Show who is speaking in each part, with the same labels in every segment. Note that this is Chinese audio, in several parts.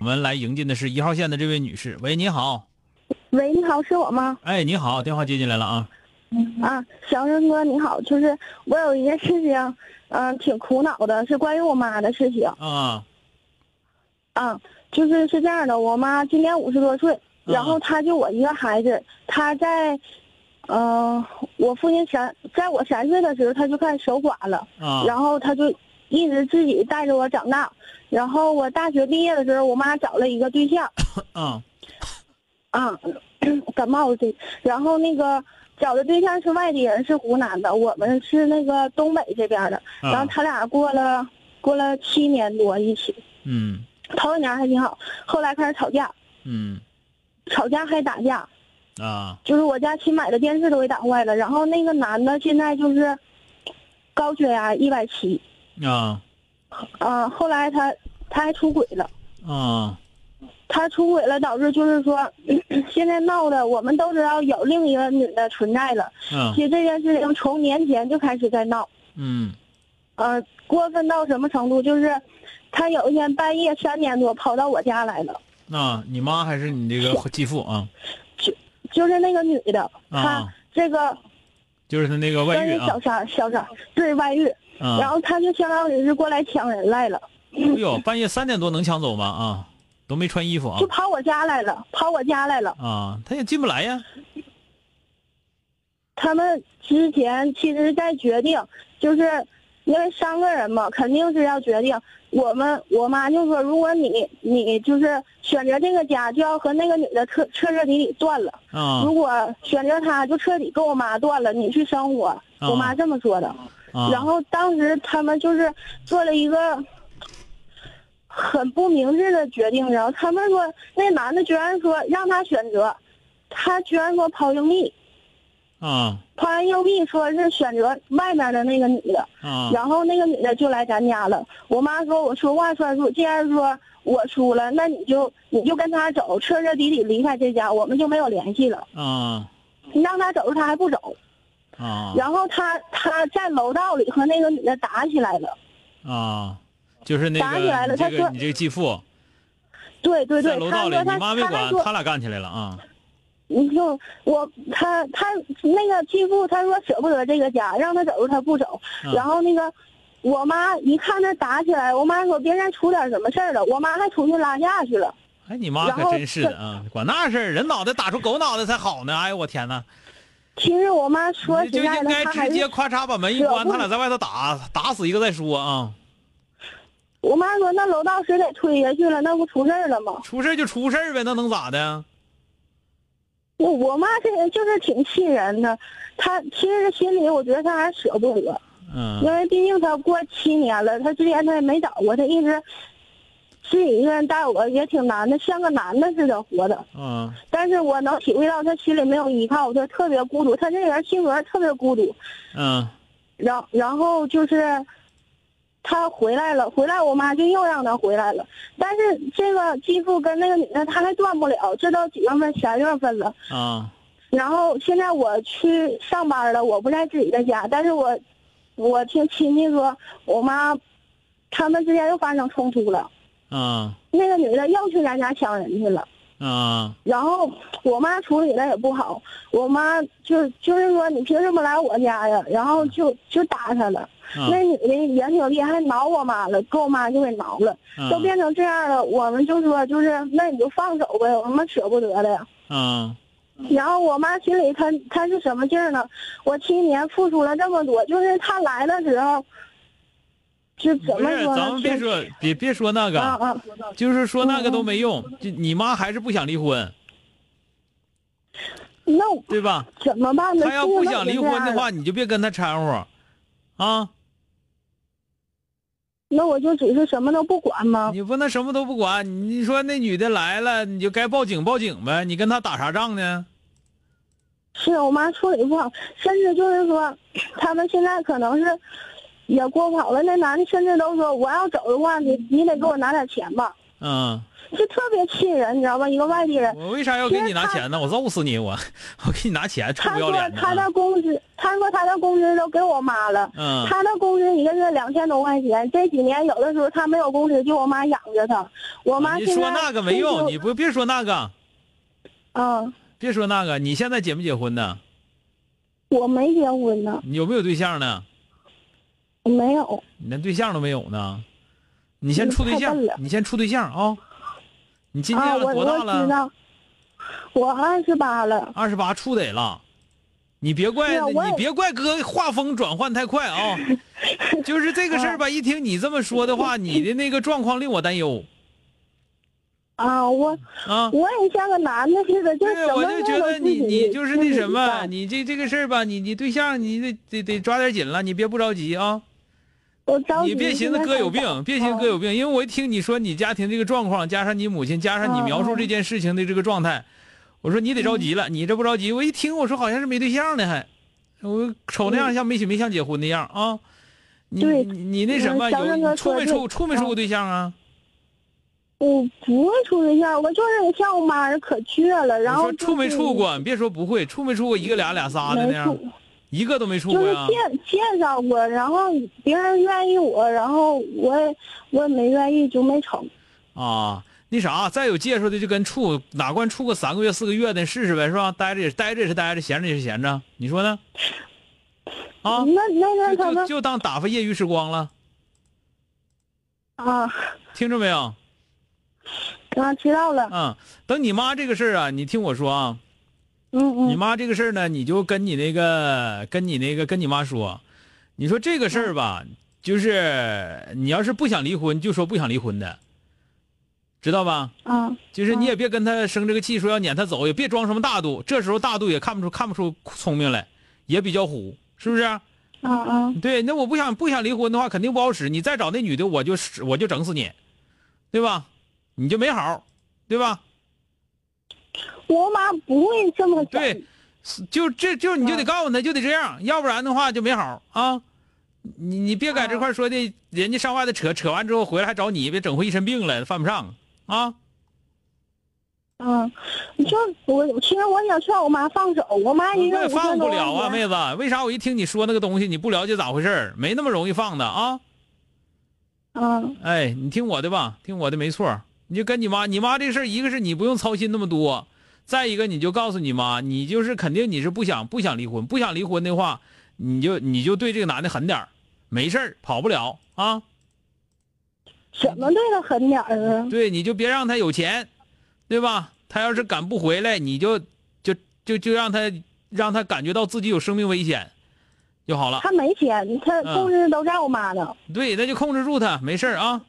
Speaker 1: 我们来迎进的是一号线的这位女士。喂，你好。
Speaker 2: 喂，你好，是我吗？
Speaker 1: 哎，你好，电话接进来了啊。
Speaker 2: 啊，小生哥，你好，就是我有一件事情，嗯、挺苦恼的，是关于我妈的事情。
Speaker 1: 啊
Speaker 2: 啊，就是是这样的，我妈今年五十多岁，
Speaker 1: 嗯
Speaker 2: 然后她就我一个孩子，她在，嗯、我父亲三，在我三岁的时候，她就开始手滑了，
Speaker 1: 啊
Speaker 2: 然后她就一直自己带着我长大，然后我大学毕业的时候，我妈找了一个对象，
Speaker 1: 啊
Speaker 2: 啊，感冒这，然后那个找的对象是外地人，是湖南的，我们是那个东北这边的。然后
Speaker 1: 啊！
Speaker 2: 他俩过了过了七年多一起，
Speaker 1: 嗯
Speaker 2: 头一年还挺好，后来开始吵架，
Speaker 1: 嗯
Speaker 2: 吵架还打架，
Speaker 1: 啊
Speaker 2: 就是我家新买的电视都给打坏了。然后那个男的现在就是高血压一百七，
Speaker 1: 啊
Speaker 2: 啊，后来他他还出轨了。
Speaker 1: 啊
Speaker 2: 他出轨了，导致就是说， 现在闹的我们都知道有另一个女的存在了，
Speaker 1: 啊
Speaker 2: 其实这件事情从年前就开始在闹，
Speaker 1: 嗯
Speaker 2: 呃，过分到什么程度？就是他有一天半夜三点多跑到我家来了，
Speaker 1: 啊！你妈还是你这 个继父啊？
Speaker 2: 就是那个女的，她
Speaker 1: 啊，
Speaker 2: 这个
Speaker 1: 就是他那个外
Speaker 2: 跟
Speaker 1: 遇
Speaker 2: 人
Speaker 1: 啊
Speaker 2: 小，三儿小三儿对外遇，
Speaker 1: 啊，
Speaker 2: 然后他就相当于是过来抢人来了，
Speaker 1: 哎呦，半夜三点多能抢走吗？啊，都没穿衣服啊
Speaker 2: 就跑我家来了，跑我家来了。
Speaker 1: 啊，他也进不来呀。
Speaker 2: 他们之前其实在决定，就是因为三个人嘛，肯定是要决定。我们我妈就说，如果你你就是选择这个家，就要和那个女的彻彻彻底底断了；
Speaker 1: 啊
Speaker 2: 如果选择她，就彻底跟我妈断了，你去生活。我妈这么说的。
Speaker 1: 啊，
Speaker 2: 然后当时他们就是做了一个很不明智的决定，然后他们说那男的居然说让他选择，他居然说跑硬币。
Speaker 1: 啊
Speaker 2: 抛完硬币说是选择外面的那个女的，
Speaker 1: 啊
Speaker 2: 然后那个女的就来咱家了。我妈说我说话算数，既然说我输了，那你就你就跟他走，彻彻底底离开这家，我们就没有联系了。
Speaker 1: 啊
Speaker 2: 你让他走，他还不走。
Speaker 1: 啊
Speaker 2: 然后他他在楼道里和那个女的打起来了，
Speaker 1: 啊，就是那
Speaker 2: 打起
Speaker 1: 个
Speaker 2: 来了
Speaker 1: 你这
Speaker 2: 他
Speaker 1: 个
Speaker 2: 说
Speaker 1: 你这个继父
Speaker 2: 对对
Speaker 1: 在
Speaker 2: 对，
Speaker 1: 楼
Speaker 2: 他
Speaker 1: 道里，
Speaker 2: 说
Speaker 1: 你
Speaker 2: 他
Speaker 1: 妈没
Speaker 2: 他还
Speaker 1: 管，
Speaker 2: 说
Speaker 1: 他俩干起来了啊
Speaker 2: 你嗯就我他他那个继父他说舍不得这个家，让他走他不走，
Speaker 1: 嗯
Speaker 2: 然后那个我妈一看他打起来，我妈说别再出点什么事儿了，我妈还出去拉架去了。
Speaker 1: 哎，你妈可真是的啊，管那事儿，人脑袋打出狗脑袋才好呢。哎呦我天哪，
Speaker 2: 其实我妈说
Speaker 1: 你
Speaker 2: 实
Speaker 1: 就
Speaker 2: 在
Speaker 1: 应
Speaker 2: 的，
Speaker 1: 该
Speaker 2: 她还
Speaker 1: 直接
Speaker 2: 是
Speaker 1: 咔嚓把门一关，他俩在外头打打死一个再说啊，
Speaker 2: 我妈说那楼道谁给推下去了，那不出事儿了吗？
Speaker 1: 出事就出事呗，那能咋的？
Speaker 2: 我我妈这人就是挺气人的，她其实心里我觉得她还舍不得，
Speaker 1: 嗯
Speaker 2: 因为毕竟她过七年了，她之前她也没找过，她一直自己一个人带我也挺难的，像个男的似的活的。
Speaker 1: 嗯
Speaker 2: 但是我能体会到她心里没有依靠，她特别孤独，她这人性格特别孤独。
Speaker 1: 嗯
Speaker 2: 然然后就是，他回来了，回来我妈就又让他回来了。但是这个继父跟那个女的他还断不了，这都几月份？三月份了。
Speaker 1: 啊
Speaker 2: 然后现在我去上班了，我不在自己的家，但是我，我听亲戚说，我妈，他们之间又发生冲突了。
Speaker 1: 啊
Speaker 2: 那个女的又去咱家抢人去了，
Speaker 1: 嗯
Speaker 2: 然后我妈处理的也不好，我妈就就是说你凭什么来我家呀？然后就就打他了。那
Speaker 1: 嗯
Speaker 2: 女的也挺厉害，挠我妈了，给我妈就给挠了，都
Speaker 1: 嗯
Speaker 2: 变成这样了。我们就说就是那你就放手呗，我们舍不得的呀。
Speaker 1: 嗯
Speaker 2: 然后我妈心里她她是什么劲儿呢？我七年付出了这么多，就是她来的时候，就怎
Speaker 1: 不
Speaker 2: 么
Speaker 1: 是，
Speaker 2: 说呢？
Speaker 1: 咱们别
Speaker 2: 就
Speaker 1: 说别别说那
Speaker 2: 啊
Speaker 1: 个，
Speaker 2: 啊，
Speaker 1: 就是说那个都没用，就你妈还是不想离婚，
Speaker 2: 那我
Speaker 1: 对吧？
Speaker 2: 怎么办呢？
Speaker 1: 她要
Speaker 2: 这个
Speaker 1: 不
Speaker 2: 都
Speaker 1: 想
Speaker 2: 已
Speaker 1: 离
Speaker 2: 经这
Speaker 1: 婚的
Speaker 2: 样了，
Speaker 1: 话，你就别跟她掺和，啊，
Speaker 2: 那我就只是什么都不管吗？
Speaker 1: 你不能什么都不管。你说那女的来了，你就该报警报警呗，你跟她打啥仗呢？
Speaker 2: 是我妈处理不好，甚至就是说，他们现在可能是也过不好了。那男的甚至都说，我要走的话，你你得给我拿点钱吧，
Speaker 1: 嗯，
Speaker 2: 就特别气人，你知道吧？一个外地人，
Speaker 1: 我为啥要给你拿钱呢？我揍死你！我 我给你拿钱，臭
Speaker 2: 他
Speaker 1: 不要
Speaker 2: 说
Speaker 1: 脸的
Speaker 2: 他
Speaker 1: 啊！
Speaker 2: 的工资，他说他的工资都给我妈了。
Speaker 1: 嗯
Speaker 2: 他的工资一个月两千多块钱，这几年有的时候他没有工资，就我妈养着他。我哦妈
Speaker 1: 你哦
Speaker 2: 现
Speaker 1: 说
Speaker 2: 在
Speaker 1: 那个没
Speaker 2: 退休
Speaker 1: 用，你不别说那个，
Speaker 2: 嗯，
Speaker 1: 别说那个。你现在结没结婚呢？
Speaker 2: 我没结婚呢，
Speaker 1: 你有没有对象呢？
Speaker 2: 没有。
Speaker 1: 你连对象都没有呢？你先
Speaker 2: 嗯
Speaker 1: 处对
Speaker 2: 太
Speaker 1: 象
Speaker 2: 笨了，
Speaker 1: 你先处对象啊、你今
Speaker 2: 啊，
Speaker 1: 年
Speaker 2: 我
Speaker 1: 多
Speaker 2: 我
Speaker 1: 大
Speaker 2: 知
Speaker 1: 了？
Speaker 2: 道，我二十八了。
Speaker 1: 二十八处得了。你别怪，
Speaker 2: 是啊我也
Speaker 1: 你别怪哥画风转换太快啊、 就是这个事儿
Speaker 2: 啊
Speaker 1: 吧。一听你这么说的话，你的那个状况令我担忧
Speaker 2: 啊，我
Speaker 1: 啊。
Speaker 2: 我也像个男的似的，就
Speaker 1: 对，
Speaker 2: 什
Speaker 1: 我
Speaker 2: 么
Speaker 1: 就
Speaker 2: 事
Speaker 1: 觉
Speaker 2: 都
Speaker 1: 得
Speaker 2: 自
Speaker 1: 你
Speaker 2: 己
Speaker 1: 你就是那什么，
Speaker 2: 自己干
Speaker 1: 你这这个事儿吧，你你对象你得得得抓点紧了，你别不着急啊，
Speaker 2: 我着急
Speaker 1: 你别寻思哥有
Speaker 2: 现在嗯
Speaker 1: 病，别寻思哥有病，因为我一听你说你家庭这个状况，加上你母亲，加上你描述
Speaker 2: 嗯
Speaker 1: 这件事情的这个状态，我说你得着急了，你这不着急，我一听我说好像是没对象呢，还我瞅那样像没没像结婚那样啊，你
Speaker 2: 嗯对
Speaker 1: 你你那什
Speaker 2: 嗯
Speaker 1: 么
Speaker 2: 小
Speaker 1: 有
Speaker 2: 任
Speaker 1: 你
Speaker 2: 哥
Speaker 1: 处
Speaker 2: 说嗯
Speaker 1: 没
Speaker 2: 对
Speaker 1: 处处没处过对象啊？
Speaker 2: 我不会处对象，我就是像我妈人可倔了，然
Speaker 1: 我
Speaker 2: 后
Speaker 1: 说
Speaker 2: 就
Speaker 1: 处没
Speaker 2: 是
Speaker 1: 处过，你别说不会，处没处过一个俩俩仨的
Speaker 2: 没
Speaker 1: 那样
Speaker 2: 处，
Speaker 1: 一个都没处
Speaker 2: 就
Speaker 1: 过
Speaker 2: 是
Speaker 1: 呀。
Speaker 2: 介介绍过，然后别人愿意我，然后我也我也没愿意就没成。
Speaker 1: 啊，那啥，再有介绍的就跟处哪管处个三个月四个月的试试呗，是吧？待着也待着也是待着，闲着也是闲着，你说呢？啊，
Speaker 2: 那嗯那
Speaker 1: 就
Speaker 2: 阵他
Speaker 1: 就
Speaker 2: 们
Speaker 1: 就当打发业余时光了，
Speaker 2: 啊
Speaker 1: 听着没有？
Speaker 2: 啊知道了，
Speaker 1: 嗯，等你妈这个事儿啊，你听我说啊，
Speaker 2: 嗯
Speaker 1: 你
Speaker 2: 嗯
Speaker 1: 妈这个事儿呢，你就跟你那个跟你那个跟你妈说，你说这个事
Speaker 2: 嗯
Speaker 1: 儿吧，就是你要是不想离婚，就说不想离婚的，知道吧？
Speaker 2: 啊
Speaker 1: 就是你也别跟他生这个气，说要撵他走，也别装什么大度。这时候大度也看不出看不出聪明来，也比较虎，是不是啊？
Speaker 2: 啊啊
Speaker 1: 对，那我不想不想离婚的话，肯定不好使。你再找那女的，我就是我就整死你，对吧？你就没好，对吧？
Speaker 2: 我妈不会这么整
Speaker 1: 对，是就这就你就得告诉他，就得这样，要不然的话就没好啊。你你别在这块说的，人家上外头扯扯完之后回来还找你，别整回一身病来，犯不上啊。
Speaker 2: 嗯，你说我其实我想劝我妈放手，我妈一
Speaker 1: 哎我也
Speaker 2: 个
Speaker 1: 嗯
Speaker 2: 五千
Speaker 1: 放
Speaker 2: 多
Speaker 1: 不
Speaker 2: 块
Speaker 1: 了啊，
Speaker 2: 钱
Speaker 1: 妹子。为啥我一听你说那个东西，你不了解咋回事儿没那么容易放的啊。
Speaker 2: 嗯
Speaker 1: 哎，你听我的吧，听我的没错儿。你就跟你妈，你妈这事儿，一个是你不用操心那么多，再一个你就告诉你妈，你就是肯定你是不想不想离婚，不想离婚的话，你就你就对这个男的狠点儿，没事儿跑不了啊。
Speaker 2: 怎么对他狠点儿啊？
Speaker 1: 对，你就别让他有钱，对吧？他要是敢不回来，你就就就就让他让他感觉到自己有生命危险就好了。
Speaker 2: 他没钱，他
Speaker 1: 嗯
Speaker 2: 工资都在我妈那。
Speaker 1: 对，那就控制住他，没事儿啊。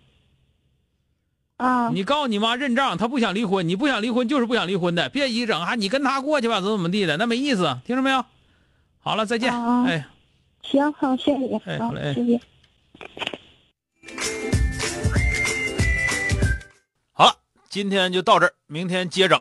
Speaker 2: 啊，
Speaker 1: 你告诉你妈认账，她不想离婚，你不想离婚就是不想离婚的，别一整啊，你跟他过去吧，怎么怎么地的，那没意思，听着没有？好了，再见。
Speaker 2: 啊
Speaker 1: 哎，
Speaker 2: 行，好，谢谢你，
Speaker 1: 哎
Speaker 2: 好
Speaker 1: 好嘞哎，
Speaker 2: 谢谢。
Speaker 1: 好了，今天就到这儿，明天接整